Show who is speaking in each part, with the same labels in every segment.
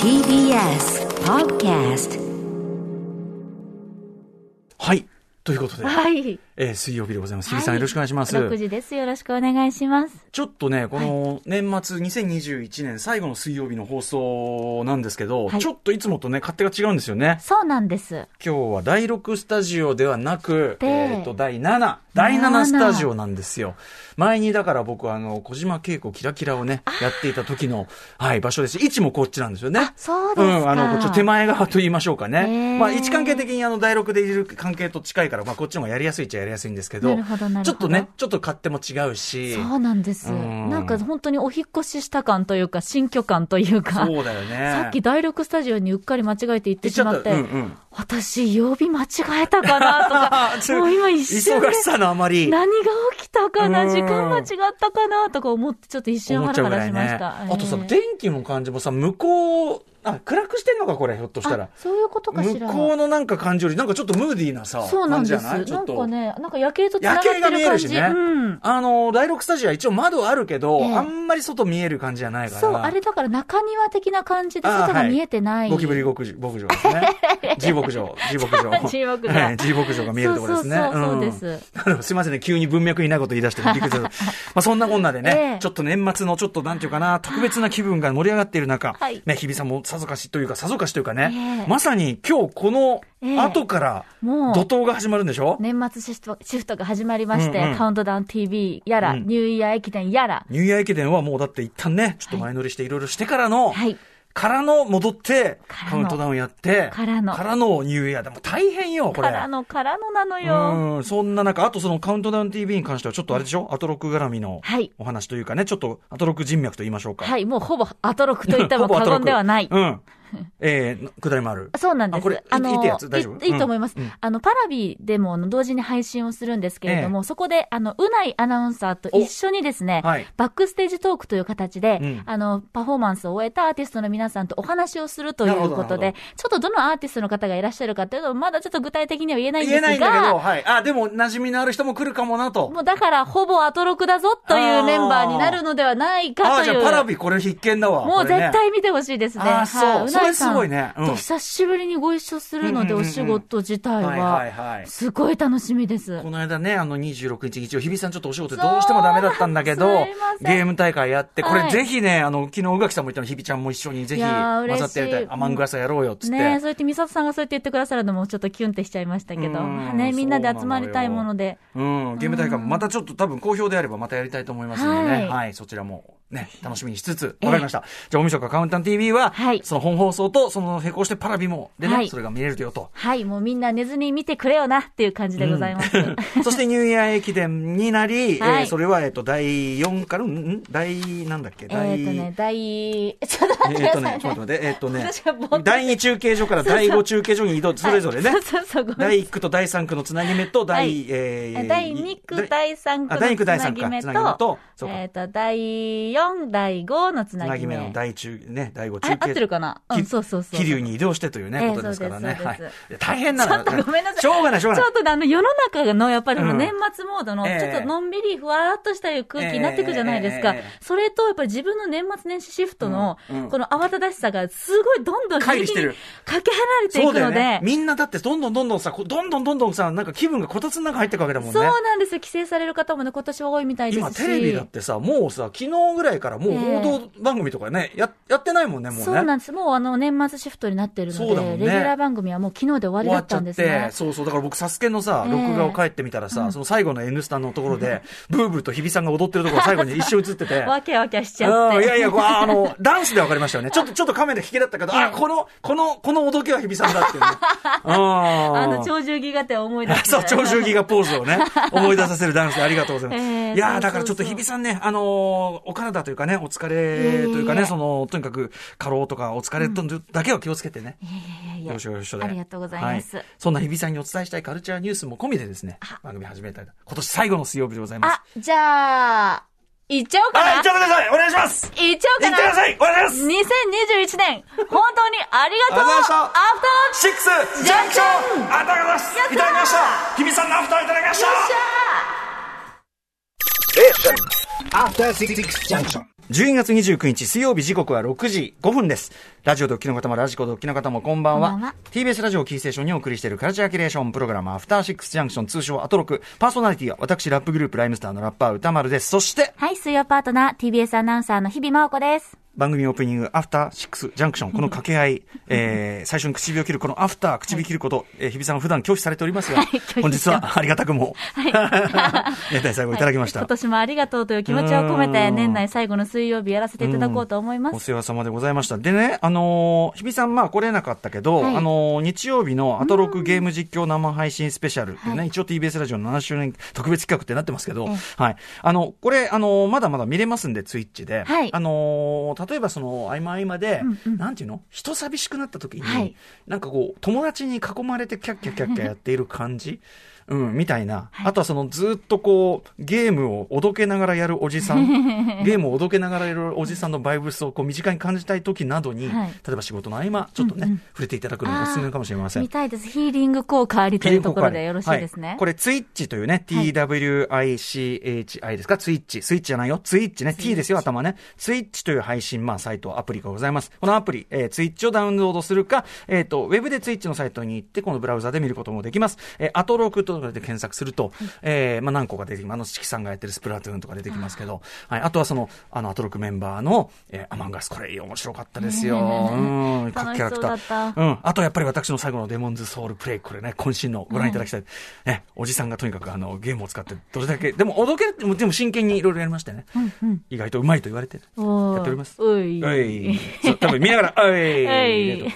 Speaker 1: TBS Podcast
Speaker 2: はい。ということで、
Speaker 3: はい。
Speaker 2: えー水曜日でございます。日比さん、
Speaker 3: はい
Speaker 2: よろしくお願いします。
Speaker 3: 6時です。よろしくお願いします。
Speaker 2: ちょっとね、この年末2021年最後の水曜日の放送なんですけど、
Speaker 3: はい
Speaker 2: ちょっといつもとね、勝手が違うんですよね。
Speaker 3: そうなんです。
Speaker 2: 今日は第6スタジオではなく、
Speaker 3: で
Speaker 2: えっ、と、第7、第7スタジオなんですよ。前に、だから僕はあの、小島恵子キラキラをね、やっていた時の、はい、場所ですし、位置もこっちなんですよね。
Speaker 3: あそうですか
Speaker 2: ん、あの、こっちの手前側と言いましょうかね。
Speaker 3: へー
Speaker 2: まあ、位置関係的にあの、第6でいる関係と近いから、まあ、こっちの方がやりやすいっちゃやりやすいんですけど、
Speaker 3: なるほどなるほど
Speaker 2: ちょっとね、ちょっと勝手も違うし、
Speaker 3: そうなんです。
Speaker 2: うん
Speaker 3: なんか本当にお引っ越しした感というか、新居感というか、
Speaker 2: そうだよね。
Speaker 3: さっき第6スタジオにうっかり間違えて行ってしまって、
Speaker 2: 行っちゃったうんうん
Speaker 3: 私、曜日間違えたか なとか、もう今一瞬で
Speaker 2: 忙しさのあまり。
Speaker 3: 何が起きたかな、
Speaker 2: うん
Speaker 3: 時間間違ったかなとか思って、ちょっと一瞬
Speaker 2: 思
Speaker 3: ハ
Speaker 2: っちゃ
Speaker 3: ラ
Speaker 2: う
Speaker 3: ハ
Speaker 2: ぐら
Speaker 3: ラ
Speaker 2: い
Speaker 3: しまし
Speaker 2: ね。
Speaker 3: た。
Speaker 2: あとさ、
Speaker 3: えー
Speaker 2: 電気の感じもさ、向こう、あ、暗くしてんのか、これ、ひょっとしたら
Speaker 3: あ。そういうことかし
Speaker 2: 向
Speaker 3: ら。
Speaker 2: こうのなんか感じより、なんかちょっとムーディーなさ、
Speaker 3: そうなんです。
Speaker 2: 感じじゃ
Speaker 3: な
Speaker 2: ないちょっ
Speaker 3: ん
Speaker 2: と。
Speaker 3: かね、なんか夜景と繋が
Speaker 2: 夜
Speaker 3: って
Speaker 2: 景が見
Speaker 3: る
Speaker 2: え
Speaker 3: 感
Speaker 2: るし
Speaker 3: じ。
Speaker 2: ね。
Speaker 3: うん。
Speaker 2: あの、第6スタジオは一応窓あるけど、
Speaker 3: ええ
Speaker 2: あんまり外見える感じじゃないから。
Speaker 3: そう、あれだから中庭的な感じで
Speaker 2: あー
Speaker 3: 外が
Speaker 2: はい
Speaker 3: 見えてない。
Speaker 2: ゴキブリ牧場牧場で すね。G 牧場。G 牧場。
Speaker 3: G 牧場
Speaker 2: ええ G 牧場が見えるところですね。
Speaker 3: そうそうそうそうです
Speaker 2: んなる ほどすいませんね。急に文脈にないこと言い出してびっくり した。まあそんなこんなでね、
Speaker 3: ええ
Speaker 2: ちょっと年末のちょっとなんていうかな、特別な気分が盛り上がっている中、
Speaker 3: はい
Speaker 2: ね、日比さんもさぞかしというか、さぞかしというかね、
Speaker 3: ええ
Speaker 2: まさに今日この後から、
Speaker 3: ええもう
Speaker 2: 怒涛が始まるんでしょ、
Speaker 3: 年末シフトシフトが始まりまして、
Speaker 2: うんうん
Speaker 3: カウントダウン TV やら、
Speaker 2: うん
Speaker 3: ニューイヤー駅伝やら、
Speaker 2: ニューイヤー駅伝はもうだって一旦ね、ちょっと前乗りしていろいろしてからの、
Speaker 3: はい。
Speaker 2: からの戻って、
Speaker 3: からの
Speaker 2: カウントダウンやって、
Speaker 3: からの
Speaker 2: ニューイヤーでもう大変よ、これ。
Speaker 3: からのからのなのよ。
Speaker 2: うん、そんな中、あとそのカウントダウン TV に関しては、ちょっとあれでしょ、アトロク絡みの
Speaker 3: はい
Speaker 2: お話というかね、ちょっとアトロク人脈と言いましょうか。
Speaker 3: はい、もうほぼアトロクと言っても
Speaker 2: ほぼア
Speaker 3: 過
Speaker 2: トロ
Speaker 3: 言
Speaker 2: ク
Speaker 3: ではない。
Speaker 2: うん。 えー、くだりもある。
Speaker 3: そうなんで
Speaker 2: あ
Speaker 3: す。
Speaker 2: これいいってやつ大丈夫
Speaker 3: いいいと思います。
Speaker 2: うんうん
Speaker 3: あの、パラビでもあの同時に配信をするんですけれども、そこで、あの、うないアナウンサーと一緒にですね、
Speaker 2: おはい
Speaker 3: バックステージトークという形で、
Speaker 2: うん
Speaker 3: あの、パフォーマンスを終えたアーティストの皆さんとお話をするとい
Speaker 2: なるほ
Speaker 3: う
Speaker 2: ど
Speaker 3: こと
Speaker 2: な
Speaker 3: で、
Speaker 2: る
Speaker 3: ちょっとどのアーティストの方がいらっしゃるかというのは、まだちょっと具体的には言えないんで
Speaker 2: 言え
Speaker 3: す
Speaker 2: ないんだけど、
Speaker 3: が、
Speaker 2: はい。あ、でも、馴染みのある人も来るかもなと。
Speaker 3: もうだから、ほぼアトロクだぞというメンバーになるのではない
Speaker 2: あ
Speaker 3: か
Speaker 2: ー、
Speaker 3: と
Speaker 2: じ
Speaker 3: い
Speaker 2: ゃ
Speaker 3: う。
Speaker 2: あパラビこれ必見だわ。
Speaker 3: もう
Speaker 2: これ
Speaker 3: 絶
Speaker 2: ね
Speaker 3: 対見てほしいですね。
Speaker 2: あーそう
Speaker 3: はい
Speaker 2: それ
Speaker 3: うなぎさん
Speaker 2: すごいねうん
Speaker 3: と久しぶりにご一緒するので、
Speaker 2: うんうんうんう
Speaker 3: お
Speaker 2: ん
Speaker 3: 仕事自体
Speaker 2: はいはい
Speaker 3: は。
Speaker 2: はい。
Speaker 3: すごい楽しみです
Speaker 2: こ。の間ね、あの26日、一応日比さんちょっとお仕事でどうしてもダメだったんだけ
Speaker 3: そうな
Speaker 2: ど
Speaker 3: んですすいま、せん
Speaker 2: ゲーム大会やって、こ
Speaker 3: は
Speaker 2: れ
Speaker 3: い
Speaker 2: ぜひね、あの、昨日宇垣さんも言ったの、日比ちゃんも一緒にぜひ
Speaker 3: い
Speaker 2: 混
Speaker 3: やー嬉しい
Speaker 2: ざってやりたい。アマングラスやろうよ、つって。
Speaker 3: ねえ、そうやって美里さんがそうやって言ってくださるのもちょっとキュンってしちゃいましたけど、
Speaker 2: うん
Speaker 3: まあね、みんなで集まりたいもので。
Speaker 2: うん、ゲーム大会もまたちょっと多分好評であればまたやりたいと思いますのでね、は、
Speaker 3: はいい
Speaker 2: そちらもね、楽しみにしつつ、わかりました。じゃあ、大晦日カウンター TV は、
Speaker 3: はい
Speaker 2: その本放送と、その並行してパラビも、でね、
Speaker 3: はい
Speaker 2: それが見れるよと。
Speaker 3: はい、もうみんな寝ずに見てくれよなっていう感じでございます。
Speaker 2: そしてニューイヤー駅伝になり、
Speaker 3: は
Speaker 2: え
Speaker 3: い
Speaker 2: ーそれは、えっと、第4から、んん第、なんだっけ、
Speaker 3: えー
Speaker 2: 第、
Speaker 3: っとね、第、ちょっと待って
Speaker 2: え
Speaker 3: くだ
Speaker 2: っと
Speaker 3: さ
Speaker 2: ね
Speaker 3: い、
Speaker 2: ちょっ
Speaker 3: ね。
Speaker 2: と待って、えっとね
Speaker 3: 私がぼーっと、
Speaker 2: 第2中継所から第5中継所に移動、それぞれね
Speaker 3: はい、そうそうそう、ごめん
Speaker 2: 第1区と第3区のつなぎ目と、
Speaker 3: は
Speaker 2: 第
Speaker 3: い、
Speaker 2: えー
Speaker 3: 第2区、第3
Speaker 2: あ第二区
Speaker 3: 区
Speaker 2: 第
Speaker 3: のつな
Speaker 2: 三区
Speaker 3: ぎ
Speaker 2: か
Speaker 3: 目
Speaker 2: つなぎ目と
Speaker 3: と
Speaker 2: そう、か
Speaker 3: えーっと、第4、第5のつ
Speaker 2: つ
Speaker 3: な
Speaker 2: な
Speaker 3: ぎ
Speaker 2: ぎ
Speaker 3: 目。
Speaker 2: 目の第中、ね、第5中
Speaker 3: あ
Speaker 2: 継
Speaker 3: 合ってるかなうん、そうそうそう。
Speaker 2: 気流に移動してというね、
Speaker 3: ええ
Speaker 2: ことですからね。
Speaker 3: そうです
Speaker 2: はい
Speaker 3: そうです
Speaker 2: いや大変なのよ
Speaker 3: ちょっとごめんなさい
Speaker 2: しょうがない、しょうが
Speaker 3: ち
Speaker 2: な
Speaker 3: ょ
Speaker 2: い
Speaker 3: っ。とねあの世の中のやっぱりこの
Speaker 2: うん
Speaker 3: 年末モードの
Speaker 2: ええ
Speaker 3: ちょっとのんびりふわっとしたいう空気になっていくじゃないです
Speaker 2: え
Speaker 3: か
Speaker 2: ええええ。
Speaker 3: それとやっぱり自分の年末年始シフトの
Speaker 2: うんうん
Speaker 3: この慌ただしさがすごいどんどん
Speaker 2: 乖
Speaker 3: 一
Speaker 2: 離し
Speaker 3: 気
Speaker 2: て
Speaker 3: に
Speaker 2: る
Speaker 3: かけ離れてい
Speaker 2: そう
Speaker 3: く
Speaker 2: だよ
Speaker 3: の
Speaker 2: ね
Speaker 3: で。。
Speaker 2: みんなだって、どんどんどんどんさ、こどんどんどんどんさ、なんか気分がこたつの中入っていくわけだもん
Speaker 3: そう
Speaker 2: ね。
Speaker 3: なんですよ。帰省される方もね、今年は多いみたいで
Speaker 2: 今、
Speaker 3: すし。
Speaker 2: テレビだってさ、もうさ、昨日ぐらいからもう報道番組とかね、ややってないもんね、もうね。
Speaker 3: そうなんです。もうあの年末シフトになってる
Speaker 2: そう
Speaker 3: の
Speaker 2: だ
Speaker 3: で、
Speaker 2: もんね
Speaker 3: レギュラー番組はもう昨日で終わりだったんです
Speaker 2: 終わっちゃっ
Speaker 3: ね
Speaker 2: て、。そうそう、だから僕、サスケのさ、
Speaker 3: ええ
Speaker 2: 録画を帰ってみたらさ、その最後の N スタのところで、ブーブーと日比さんが踊ってるところが最後に一瞬映っ てて。
Speaker 3: わきゃわきゃしちゃっ
Speaker 2: う
Speaker 3: て。
Speaker 2: んいやいや、こうあ あの、ダンスで分かりましたよね。ちょっと、ちょっとカメラ引けだったけど、あ、この、この、このおどけは日比さんだって いうね。あ
Speaker 3: あの、鳥獣戯画展を思い出す。
Speaker 2: そう、長寿ギガポーズを ね、思い出させるダンスでありがとうございます。
Speaker 3: えー
Speaker 2: いや
Speaker 3: そ
Speaker 2: ー、
Speaker 3: う
Speaker 2: だからちょっと
Speaker 3: そう
Speaker 2: 日
Speaker 3: そう
Speaker 2: 比さんね、あのーお体というかね、お疲れというか
Speaker 3: いえいえい
Speaker 2: ね、
Speaker 3: え
Speaker 2: その、とにかく過労とかお疲れとだけは気をつけてね。よろしくよろしくで
Speaker 3: ありがとうございます
Speaker 2: はそんな日比さんにお伝えしたいカルチャーニュースも込みでですね、番組始めたいと。今年最後の水曜日でございます。
Speaker 3: あ、じゃあ、行っちゃおうか
Speaker 2: あ、行
Speaker 3: な
Speaker 2: っちゃってくださいお願いします
Speaker 3: 行っちゃおう
Speaker 2: 行
Speaker 3: か
Speaker 2: って
Speaker 3: な
Speaker 2: くださいお願いします
Speaker 3: 2021年、本当にありがとう
Speaker 2: ありがとうございました
Speaker 3: アフター
Speaker 2: シックスジャンクションありがとうございますいただきました日比さんのアフターいただきました
Speaker 3: シャー
Speaker 4: After Six Junction.
Speaker 2: 12月29日水曜日時刻は6時5分です。ラジオドッキの方もラジコドッキの方もこんばんは。
Speaker 3: こんばんは
Speaker 2: TBS ラジオキーステーションにお送りしているカルチャーキュレーションプログラム、アフターシックスジャンクション通称アトロク。パーソナリティは私、ラップグループライムスターのラッパー歌丸です。そして、
Speaker 3: はい、水曜パートナー、TBS アナウンサーの日々真央子です。
Speaker 2: 番組オープニング、アフターシックスジャンクション、この掛け合い、えー、最初に唇を切る、このアフター、唇切ること、えー日比さんは普段拒否されておりますが、
Speaker 3: 拒否して
Speaker 2: 本日はありがたくも、 年内最後いただきました。
Speaker 3: 今年もありがとうという気持ちを込めて、年内最後の水曜日やらせていただこうと思いま
Speaker 2: お
Speaker 3: す。
Speaker 2: 世話様でございました。でね、あのー日比さん、まあ来れなかったけど、
Speaker 3: はい
Speaker 2: あのー日曜日のアトロクゲーム実況生配信スペシャルっていうね、一応 TBS ラジオの7周年特別企画ってなってますけど、はい。あの、これ、あのーまだまだ見れますんで、ツイッチで。
Speaker 3: はい
Speaker 2: あのー例えばその、合間合間で、
Speaker 3: うんうん
Speaker 2: なんていうの人寂しくなった時に、
Speaker 3: はい
Speaker 2: なんかこう、友達に囲まれてキャッキャキャッキャやっている感じうん、みたいな。あとはその、ずっとこう、ゲームをおどけながらやるおじさん、ゲームをおどけながらやるおじさんのバイブスをこう、身近に感じたい時などに、
Speaker 3: はい
Speaker 2: 例えば仕事の合間、ちょっとね、触れていただくのがおすすめかもしれません
Speaker 3: 見。たいです。ヒーリング効果ありというところでよろしいです
Speaker 2: は
Speaker 3: ね。
Speaker 2: これ、ツイッチというね、
Speaker 3: はい
Speaker 2: TWICHI ですか、ツイッチ。スイッチじゃないよ。ツイッチね。T ですよ、頭ね。ツイッチという配信、まあ、サイト、アプリがございます。このアプリ、えーツイッチをダウンロードするか、えっ、と、ウェブでツイッチのサイトに行って、このブラウザで見ることもできます。えーアトロクとかで検索すると、えーまあ、何個か出てきます。あの、四季さんがやってるスプラトゥーンとか出てきますけど、はい。あとはその、あの、アトロクメンバーの、えーアマンガス、これ、面白かったですよ。うん、各キャラクタ
Speaker 3: 楽しそうだ
Speaker 2: ー。
Speaker 3: った
Speaker 2: うん。あとやっぱり私の最後のデモンズソウルプレイ、これね、渾身のご覧いただきたい。ね、おじさんがとにかくあの、ゲームを使って、どれだけ、でも、おどけても、でも真剣にいろいろやりましたよね。意外とうまいと言われてる。
Speaker 3: おー
Speaker 2: やっております
Speaker 3: うい。
Speaker 2: おい。そう多分見ながら、おい。
Speaker 3: はい。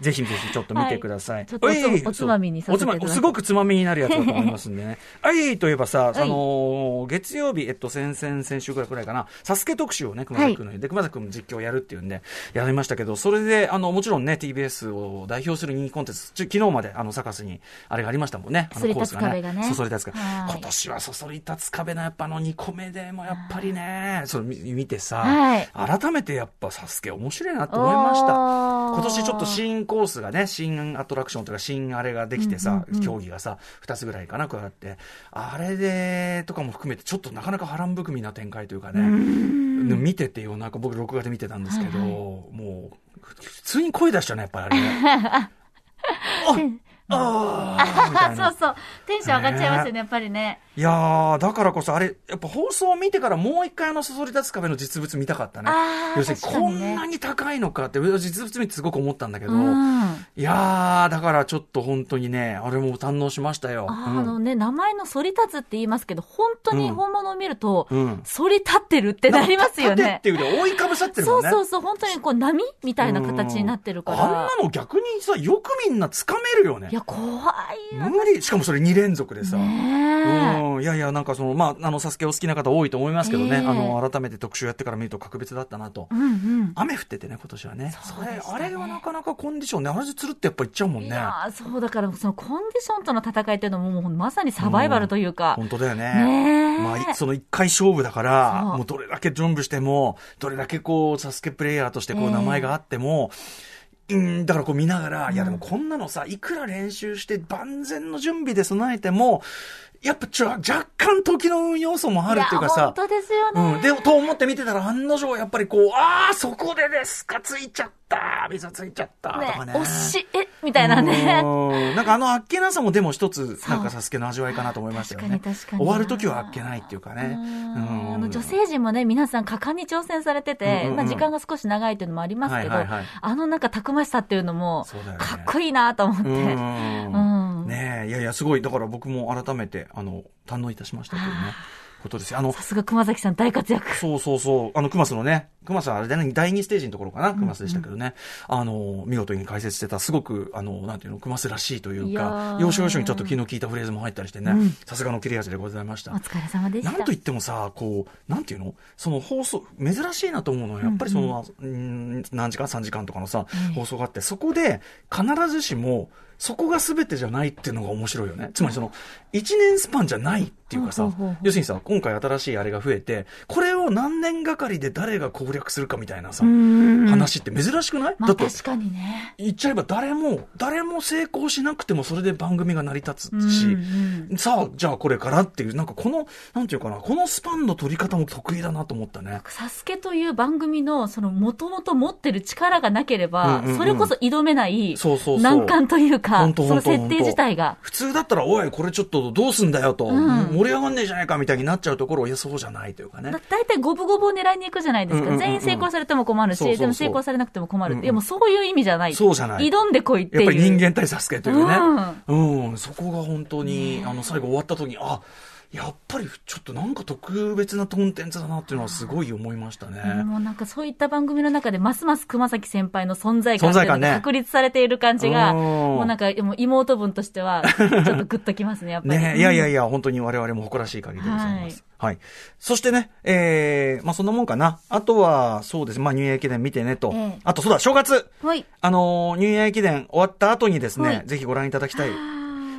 Speaker 2: ぜひぜひちょっと見てください。
Speaker 3: はいちょっとおつ
Speaker 2: おい
Speaker 3: おつまみにさせていただいて
Speaker 2: おつまみすごくつまみになるやつだと思いますんでね。あいといえばさ、
Speaker 3: い
Speaker 2: あのー月曜日、えっと、先々、先週ぐらいくらいかな、サスケ特集をね、熊崎くんの、で、熊崎くんも実況やるっていうんで、やりましたけど、それで、あの、もちろんね、TBS を代表する人気コンテンツ、ちょ昨日まで、あの、サカスに、あれがありましたもんね。あ
Speaker 3: そそ
Speaker 2: の
Speaker 3: り立つ壁がね
Speaker 2: そそり立つ壁。
Speaker 3: はい
Speaker 2: 今年はそそり立つ壁の、やっぱあの、2個目でも、やっぱりね、それ見見てさ、
Speaker 3: はい
Speaker 2: 改めてやっぱサスケ面白いなと思いました。
Speaker 3: おー
Speaker 2: 今年ちょっと新コースがね、新アトラクションというか、新あれができてさ、競技がさ、2つぐらいかな、加わって、あれでとかも含めて、ちょっとなかなか波乱含みな展開というかね、見ててよ、なんか僕、録画で見てたんですけど、もう、普通に声出しちゃうね、やっぱりあ れね。ああーみたい
Speaker 3: そう
Speaker 2: な
Speaker 3: そう。テンション上がっちゃいますよね、やっぱりね。
Speaker 2: いやー、だからこそ、あれ、やっぱ放送を見てからもう一回あの、そそり立つ壁の実物見たかったね
Speaker 3: あ。ー
Speaker 2: 要するに、
Speaker 3: 確か
Speaker 2: こ
Speaker 3: にね
Speaker 2: んなに高いのかって、実物見てすごく思ったんだけど、
Speaker 3: うん。
Speaker 2: いやー、だからちょっと本当にね、あれも堪能しましたよ。
Speaker 3: あ
Speaker 2: うん
Speaker 3: あのね、名前の反り立つって言いますけど、本当に本物を見ると、
Speaker 2: うん
Speaker 3: 反り立ってるってなりますよ
Speaker 2: 縦っ
Speaker 3: ね
Speaker 2: て。いうよりは覆いかぶさってる
Speaker 3: そ
Speaker 2: もん
Speaker 3: う
Speaker 2: ね。
Speaker 3: そうそう、本当にこう波みたいな形になってるか
Speaker 2: うんあ
Speaker 3: ら。
Speaker 2: んなの逆にさ、よくみんな掴めるよね
Speaker 3: い。や、怖いよ
Speaker 2: 無理。しかもそれ2連続でさ。
Speaker 3: ね。
Speaker 2: うん、いやいや、なんかその、まあ、あの、サスケお好きな方多いと思いますけどね、
Speaker 3: ええ
Speaker 2: あの、改めて特集やってから見ると格別だったなと。
Speaker 3: うんうん。
Speaker 2: 雨降っててね、今年はね。そ
Speaker 3: そうで
Speaker 2: れ、
Speaker 3: した
Speaker 2: あ
Speaker 3: ね
Speaker 2: れはなかなかコンディションね、あれでつるってやっぱいっちゃうも
Speaker 3: い
Speaker 2: んね。
Speaker 3: やーそうだから、そのコンディションとの戦いっていうのも、もうまさにサバイバルというか。
Speaker 2: 本当だよね。
Speaker 3: ねえ
Speaker 2: まあい、その一回勝負だから、
Speaker 3: そう
Speaker 2: もうどれだけ準備しても、どれだけこう、サスケプレイヤーとしてこ
Speaker 3: え
Speaker 2: う、
Speaker 3: え
Speaker 2: 名前があっても、うん、だからこう見ながら、いやでもこんなのさ、いくら練習して万全の準備で備えても、やっぱちょ、若干時の運要素もあるっていうか
Speaker 3: いや
Speaker 2: さ
Speaker 3: 本、当ですよね。
Speaker 2: うん、で、と思って見てたら案の定やっぱりこう、ああ、そこでですか、ついちゃった、ビザついちゃった、と
Speaker 3: ね
Speaker 2: かね。
Speaker 3: 惜しい、え、みたいなね。
Speaker 2: うんなんかあのあっけなさもでも一つ、
Speaker 3: そう
Speaker 2: なんかサスケの味わいかなと思いましたよね。
Speaker 3: 確かに確かに
Speaker 2: 終わる時はあっけないっていうか
Speaker 3: う
Speaker 2: ね。
Speaker 3: んあの女性陣もね、皆さん果敢に挑戦されてて、
Speaker 2: うんうんうん
Speaker 3: まあ、時間が少し長いというのもありますけど、
Speaker 2: はいはいはい
Speaker 3: あのなんかたくましさっていうのも
Speaker 2: そうだよ、ね
Speaker 3: かっこいいなと思って。
Speaker 2: うん
Speaker 3: うん
Speaker 2: ねえ、いやいや、すごい。だから僕も改めて、あの、堪能いたしましたというね、ことですよ。あの
Speaker 3: さ、すが熊崎さん大活躍。
Speaker 2: そうそうそう。あの、熊須のね、熊須はあれだね、第2ステージのところかな、熊須でしたけどね。あの、見事に解説してた、すごく、あの、なんていうの、熊須らしいという
Speaker 3: い
Speaker 2: か
Speaker 3: や、ー
Speaker 2: 要所要所にちょっと気の利いたフレーズも入ったりしてね、さすがの切れ味でございました
Speaker 3: お。疲れ様でした。
Speaker 2: なんといってもさ、こう、なんていうのその放送、珍しいなと思うのは、やっぱりその、うん何時間 ?3 時間とかのさ、放送があって、そこで、必ずしも、そこが全てじゃないっていうのが面白いよね。つまりその、1年スパンじゃないっていうかさ
Speaker 3: ほうほうほう、
Speaker 2: 要するにさ、今回新しいあれが増えて、これを何年がかりで誰が攻略するかみたいなさ、
Speaker 3: ん
Speaker 2: 話って珍しくない
Speaker 3: ま
Speaker 2: だ
Speaker 3: あ
Speaker 2: って、
Speaker 3: 確かにね。
Speaker 2: 言っちゃえば誰も、誰も成功しなくてもそれで番組が成り立つし、
Speaker 3: うん
Speaker 2: さあ、じゃあこれからっていう、なんかこの、なんていうかな、このスパンの取り方も得意だなと思ったね。
Speaker 3: サスケという番組の、その、もともと持ってる力がなければ
Speaker 2: うんうんうん、
Speaker 3: それこそ挑めない
Speaker 2: そうそうそう
Speaker 3: 難関というか、
Speaker 2: 本当
Speaker 3: その
Speaker 2: 本当
Speaker 3: 設定自体が。
Speaker 2: 普通だったら、おい、これちょっとどうすんだよと、
Speaker 3: ん
Speaker 2: 盛り上がんねえじゃないかみたいになっちゃうところを、いや、そうじゃないというかね
Speaker 3: だ。大体五分五分を狙いに行くじゃないです
Speaker 2: うんうんう
Speaker 3: か。
Speaker 2: んうん
Speaker 3: 全員成功されても困る
Speaker 2: そうそう
Speaker 3: し、
Speaker 2: そう
Speaker 3: でも成功されなくても困
Speaker 2: うんう
Speaker 3: る。
Speaker 2: ん
Speaker 3: いやもうそういう意味じゃない。
Speaker 2: そうじゃない
Speaker 3: 挑んでこいってい
Speaker 2: や
Speaker 3: う。
Speaker 2: っぱり人間対サスケというね。うん、そこが本当に、あの、最後終わった時に、あ、やっぱりちょっとなんか特別なコンテンツだなっていうのはすごい思いましたね。
Speaker 3: もうなんかそういった番組の中で、ますます熊崎先輩の存在感
Speaker 2: 存
Speaker 3: っていう
Speaker 2: 在
Speaker 3: の
Speaker 2: 感ね
Speaker 3: が確立されている感じが、
Speaker 2: うん
Speaker 3: もうなんかもう妹分としては、ちょっとグッときますね、やっぱり。
Speaker 2: ねいやいやいや、本当に我々も誇らしい限りでございます。はい。そしてね、えー、まあそんなもんかな。あとは、そうです。まあニューイヤー駅伝見てねと。
Speaker 3: ええ
Speaker 2: あと、そうだ、正月
Speaker 3: はい。
Speaker 2: あのーニューイヤー駅伝終わった後にですね、
Speaker 3: はい
Speaker 2: ぜひご覧いただきたい。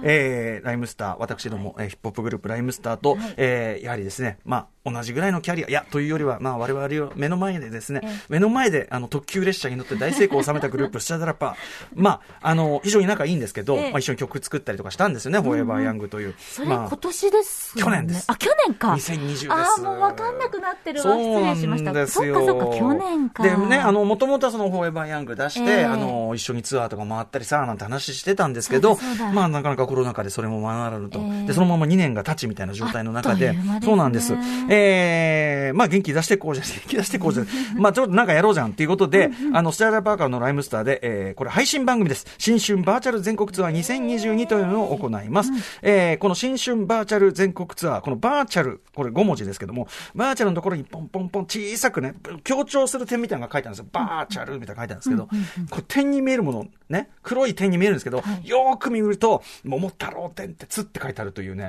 Speaker 2: えー、ライムスター、私ども、えーヒップホップグループライムスターと、えーやはりですね、まあ、同じぐらいのキャリア、いや、というよりは、まあ、我々を目の前でですね
Speaker 3: ええ、
Speaker 2: 目の前で、あの、特急列車に乗って大成功を収めたグループ、スチャダラパー。まあ、あの、非常に仲いいんですけど、
Speaker 3: ええ
Speaker 2: まあ、一緒に曲作ったりとかしたんですよね、フォーエバーヤングという。
Speaker 3: それ
Speaker 2: まあ
Speaker 3: 今年ですよね、
Speaker 2: 去年です
Speaker 3: あ、去年か。
Speaker 2: 2020です。
Speaker 3: ああ、もう分かんなくなってるわ。
Speaker 2: そ
Speaker 3: 失
Speaker 2: うな
Speaker 3: 礼しました。
Speaker 2: んですよ。
Speaker 3: そっかそっか、去年か。
Speaker 2: でね、あ、の、もともとはその、フォーエバーヤング出して、
Speaker 3: ええ
Speaker 2: あの、一緒にツアーとか回ったりさ、なんて話してたんですけど
Speaker 3: そうだそう、だ
Speaker 2: まあ、なかなかコロナ禍でそれも学らぬと、
Speaker 3: ええ
Speaker 2: で、そのまま2年が経ちみたいな状態の中で、
Speaker 3: あっという間ですね
Speaker 2: そうなんです。えー、まあ、元気出してこうじゃ、元 気出してこうじゃ、まあ、ちょっとなんかやろうじゃんっていうことで、あの、スチャーラーパーカーのライムスターで、えー、これ配信番組です。新春バーチャル全国ツアー2022というのを行います。えー、この新春バーチャル全国ツアー、このバーチャル、これ5文字ですけども、バーチャルのところにポンポンポン小さくね、強調する点みたいなのが書いてあるんですよ。バーチャルみたいなのが書いてあるんですけど、これ点に見えるもの、ね、黒い点に見えるんですけど、よーく見ると、桃太郎点ってつって書いてあるというね。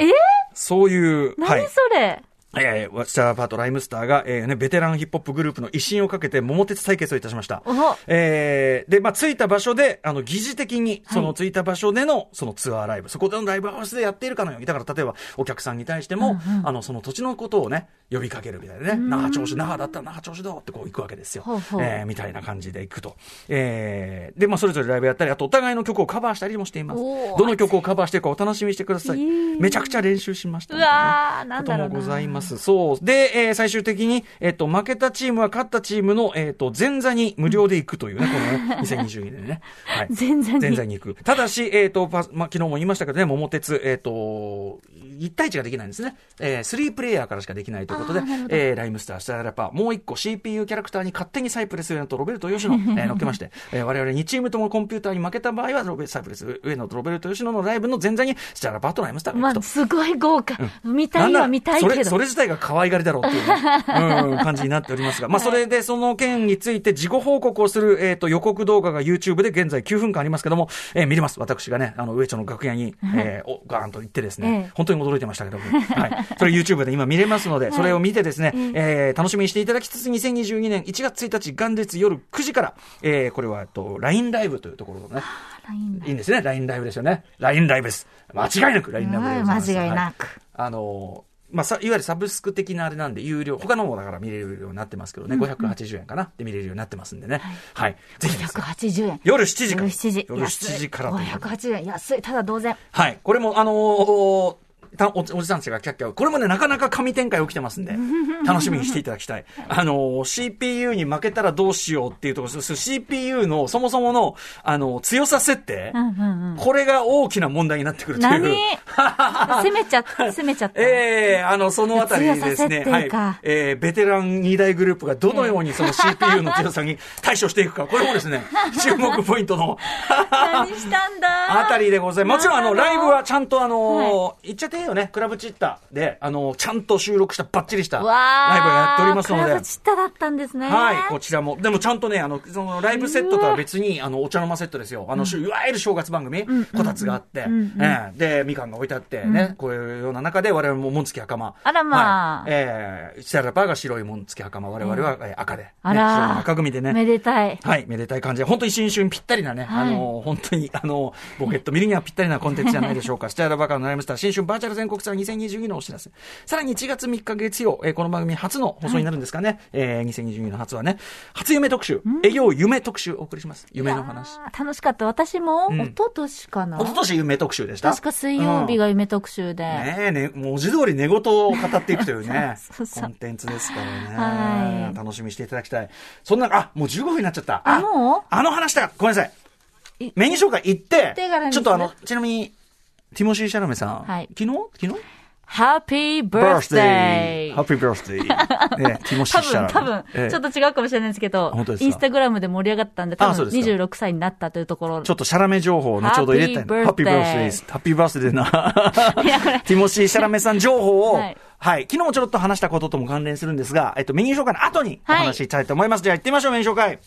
Speaker 2: そういう、
Speaker 3: 何それ、
Speaker 2: えー、スターパートライムスターが、えーね、ベテランヒップホップグループの威信をかけて桃鉄対決をいたしました
Speaker 3: お。
Speaker 2: えーで、まあ、着いた場所で、あの、疑似的に、その着いた場所での、そのツアーライブ、そこでのライブハウスでやっているかのように、だから例えば、お客さんに対しても、あの、その土地のことをね、呼びかけるみたいなね、那覇調子、那覇だったら那覇調子どうってこう行くわけですよ。
Speaker 3: ほうほう
Speaker 2: えーみたいな感じで行くと。えーで、まあ、それぞれライブやったり、あとお互いの曲をカバーしたりもしています。
Speaker 3: おー
Speaker 2: どの曲をカバーしてるかお楽しみにしてください。
Speaker 3: いい
Speaker 2: めちゃくちゃ練習しました、
Speaker 3: うわー、なん
Speaker 2: こと
Speaker 3: だろう
Speaker 2: も
Speaker 3: な。
Speaker 2: ございます。そう。で、えー最終的に、えっ、と、負けたチームは勝ったチームの、えっ、と、前座に無料で行くというね、こ のね、2022年ね。はい。
Speaker 3: 前座に
Speaker 2: 前座に行く。ただし、えっ、と、パスまあ、昨日も言いましたけどね、桃鉄、えっ、と、1対1ができないんですね。えー、3プレイヤーからしかできないということで
Speaker 3: あーなるほ、ど
Speaker 2: えーライムスター、スターラッパー、もう1個 CPU キャラクターに勝手にサイプレス上野とロベルト吉 野、えー乗っけまして、えー我々2チームともコンピューターに負けた場合は、ロベサイプレス上野とロベルト吉野のライブの前座に、スターラッパーとライムスターが
Speaker 3: ま
Speaker 2: 行く
Speaker 3: あ、
Speaker 2: と。
Speaker 3: すごい豪華。見たい
Speaker 2: なんな
Speaker 3: は
Speaker 2: ら
Speaker 3: 見たいけど。
Speaker 2: それ、それ自体が可愛がりだろうっていうね、うん感じになっており ますが。まあ、それで、その件について、事後報告をする、えっ、と、予告動画が YouTube で現在9分間ありますけども、えー見れます。私がね、あの、上町の楽屋に、えーお、ガーンと行ってですね、
Speaker 3: ええ
Speaker 2: 本当に驚いてましたけども、はい。それ YouTube で今見れま すので、それを見てですね、えー楽しみにしていただきつつ、2022年1月1日元日夜9時から、えーこれは、えっと、LINE ライブというところのね、
Speaker 3: ライン
Speaker 2: いいんですね。LINE ライブですよね。LINE ライブです。間違いなく LINE ライブでございます。
Speaker 3: うん間違いなく
Speaker 2: はあのーまあ、さいわゆるサブスク的なあれなんで、有料、他のもだから見れるようになってますけどね、580円かなで見れるようになってますんでね。はい。ぜひですね、
Speaker 3: 180円。
Speaker 2: 夜7時から。
Speaker 3: 夜7時。
Speaker 2: 夜7時からということで。
Speaker 3: 580円。安い。ただ同然。
Speaker 2: はい。これも、あのーたおじおじさんたちがキャッキャをこれもね、なかなか神展開起きてま すんで、楽しみにしていただきたい。あのー CPU に負けたらどうしようっていうところ、そ CPU のそもそもの、あのー強さ設定、
Speaker 3: うんうんうん。
Speaker 2: これが大きな問題になってくると いう
Speaker 3: 何。攻めちゃった。攻めちゃった。
Speaker 2: ええあの、そのあたりですね、
Speaker 3: 強さ設定
Speaker 2: はい
Speaker 3: か。
Speaker 2: えーベテラン2大グループがどのようにその CPU の強さに対処していくか、これもですね、 注目ポイントの
Speaker 3: 何したんだ
Speaker 2: あたりでございます。もちろん、あの、
Speaker 3: な
Speaker 2: ライ
Speaker 3: る
Speaker 2: ブ
Speaker 3: ほど
Speaker 2: はちゃんと、あのー、言っちゃっていいよね、クラブチッタで、あのー、ちゃんと収録した、バッチリした、ライブを
Speaker 3: わー
Speaker 2: やっておりますの
Speaker 3: クラ
Speaker 2: で
Speaker 3: ブ。チッタだったんですね。
Speaker 2: はい、こちらも。でもちゃんとね、あの、そのライブセットとは別に、あの、お茶の間セットですよ。あの、しゅいわゆる正月番組、こたつがあって、ええで、みかんが置いてあってね、こういうような中で、我々も紋付き袴。
Speaker 3: あらまあ
Speaker 2: はいええ、シャラパーが白い紋付き袴、我々はええ赤で。ね
Speaker 3: あら
Speaker 2: 白の赤組で
Speaker 3: め
Speaker 2: ね。
Speaker 3: でたい。
Speaker 2: はい、めでたい感じで、本当に新春ぴったりなね、
Speaker 3: はい
Speaker 2: あの、本当に、あの、ボケット見るにはぴったりなコンテンツじゃないでしょうか。スチャラバカのライムスター、新春バーチャルル全国ツアー2022のお知らせ。さらに1月3日月曜、えーこの番組初の放送になるんですかね。えー、2022の初はね、初夢特集、営業夢特集お送りします。夢の話。
Speaker 3: あー楽しかった。私も、
Speaker 2: うん
Speaker 3: 一昨年かな、
Speaker 2: 一昨年夢特集でした。
Speaker 3: 確か水曜日が夢特集で。
Speaker 2: ねえ、ね、文字通り寝言を語っていくというね
Speaker 3: そうそう
Speaker 2: コンテンツですからね、
Speaker 3: はい
Speaker 2: 楽しみにしていただきたい。そんな、あ、もう15分になっちゃった。あ、
Speaker 3: もう
Speaker 2: あの話だごめんなさい
Speaker 3: い。
Speaker 2: メニュー紹介行って
Speaker 3: 手柄、に
Speaker 2: ち
Speaker 3: す
Speaker 2: ょ
Speaker 3: る
Speaker 2: っとあの、ちなみに、ティモシー・シャラメさん、
Speaker 3: はい
Speaker 2: 昨日昨日
Speaker 3: ハッピーバースデー
Speaker 2: ハッピーバースデー。ええティモシ
Speaker 3: 多
Speaker 2: ー・シャ
Speaker 3: 分、
Speaker 2: ラメ。
Speaker 3: 多分、
Speaker 2: ええ
Speaker 3: ちょっと違うかもしれないですけど
Speaker 2: 本当で、すか
Speaker 3: インスタグラムで盛り上がったんで、多
Speaker 2: あそう
Speaker 3: 分
Speaker 2: ですか
Speaker 3: 26歳になったというところ。
Speaker 2: ちょっとシャラメ情報を後ほど入れたいな。ハッピ
Speaker 3: Happy
Speaker 2: ーバース
Speaker 3: birthday
Speaker 2: デーです。ハッピーバースデーな。
Speaker 3: い やこれ
Speaker 2: ティモシー・シャラメさん情報を、は
Speaker 3: はいい、
Speaker 2: 昨日もちょろっと話したこととも関連するんですが、えっと、メニュー紹介の後にお話ししたいと思います。じゃあ行ってみましょう、メニュー紹介。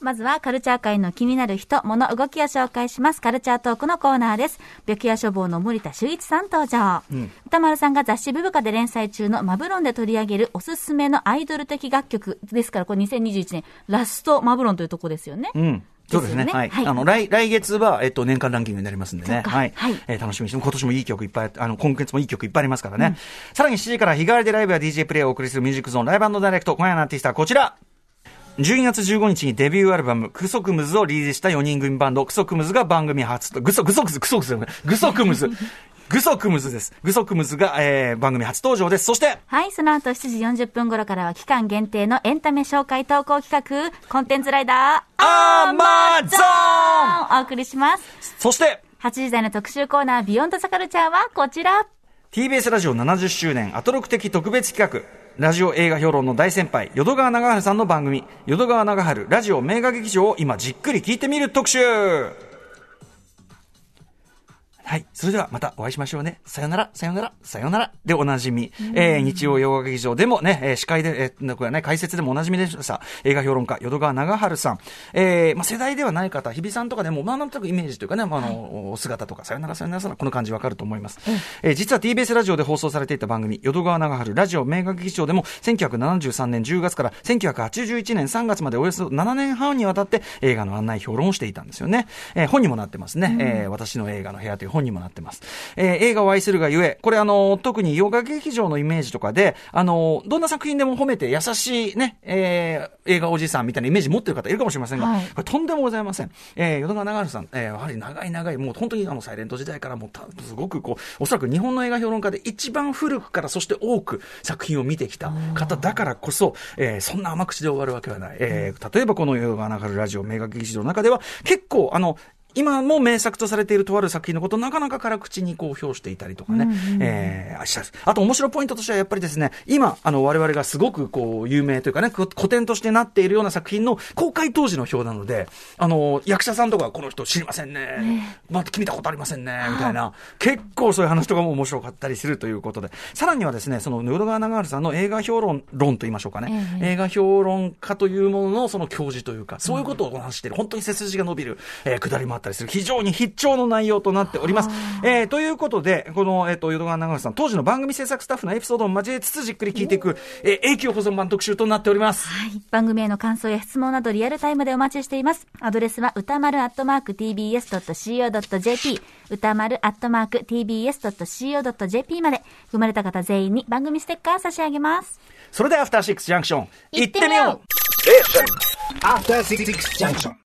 Speaker 3: まずはカルチャー界の気になる人、物、動きを紹介します。カルチャートークのコーナーです。白夜処方の森田修一さん登場。歌丸さんが雑誌ブブカで連載中のマブロンで取り上げるおすすめのアイドル的楽曲ですから、これ2021年ラストマブロンというとこですよね。
Speaker 2: うん。そうですね。
Speaker 3: ですよね
Speaker 2: はい。
Speaker 3: はい
Speaker 2: あの、来、来月は、えっと、年間ランキングになりますんで
Speaker 3: そ
Speaker 2: ね
Speaker 3: う。か
Speaker 2: はい。
Speaker 3: はい
Speaker 2: えー楽しみにして、今年もいい曲いっぱい、あの、今月もいい曲いっぱいありますからね。さらに7時から日替わりでライブや DJ プレイをお送りするミュージックゾーンライブダイレクト。今夜のアーティストはこちら。12月15日にデビューアルバム、クソクムズをリリースした4人組バンド、クソクムズが番組初と、グソ、グソクズ、グソクズ、グソク ムズ。グソクムズです。グソクムズが、えー、番組初登場です。そして、
Speaker 3: はい、その後7時40分頃からは期間限定のエンタメ紹介投稿企画、コンテンツライダー、
Speaker 2: アーマーゾーン
Speaker 3: ンをお送りします。
Speaker 2: そして、
Speaker 3: 8時台の特集コーナー、ビヨンドザカルチャーはこちら。
Speaker 2: TBS ラジオ70周年アトロク的特別企画ラジオ映画評論の大先輩淀川長春さんの番組「淀川長春ラジオ名画劇場」を今じっくり聞いてみる特集はい。それではまたお会いしましょうね。さよなら、さよなら、さよなら。でおなじみ。えー日曜洋画劇場でもね、えー司会で、えーなんかね、解説でもおなじみでした。映画評論家、淀川長春さん。えーまあ世代ではない方、日比さんとかでも、まあなんとなくイメージというかね、まああの、お姿とか、さよなら、さよなら、さよならこの感じわかると思います。えー実は TBS ラジオで放送されていた番組、淀川長春ラジオ名画劇場でも、1973年10月から1981年3月までおよそ7年半にわたって映画の案内評論をしていたんですよね。えー本にもなってますね。えー私の映画の部屋という本にもなってます。えー映画を愛するがゆえ、これあの、特に洋画劇場のイメージとかで、あの、どんな作品でも褒めて優しいね、えー映画おじさんみたいなイメージ持ってる方いるかもしれませんが、
Speaker 3: はい
Speaker 2: これとんでもございません。えー、淀川長春さん、えーやはり長い長い、もう本当にあの、サイレント時代からもうた、すごくこう、おそらく日本の映画評論家で一番古くから、そして多く作品を見てきた方だからこそ、えーそんな甘口で終わるわけはない。えー例えばこの淀川長春ラジオ名画劇場の中では、結構あの、今も名作とされているとある作品のことをなかなか辛口にこう評していたりとかね、えーしますあと面白いポイントとしてはやっぱりですね、今、あの、我々がすごくこう、有名というかね、こ古典としてなっているような作品の公開当時の表なので、あの、役者さんとかこの人知りませんね、まあ、見たことありませんね、みたいな、結構そういう話とかも面白かったりするということで、さらにはですね、その、淀川長春さんの映画評論、論と言いましょうかね、
Speaker 3: ええ
Speaker 2: 映画評論家というもののその教授というか、そういうことをお話ししている、本当に背筋が伸びる、えー、下りもあったりする、非常に必聴の内容となっております。えーということで、この、えっ、と、淀川長春さん、当時の番組制作スタッフのエピソードを交えつつじっくり聞いていく、えー永久保存版特集となっております。
Speaker 3: はい。番組への感想や質問などリアルタイムでお待ちしています。アドレスは歌丸アットマーク tbs.co.jp 歌丸アットマーク tbs.co.jp まで生まれた方全員に番組ステッカー差し上げます。
Speaker 2: それでは、アフターシックスジャンクション、行ってみよう
Speaker 4: After Six Junction.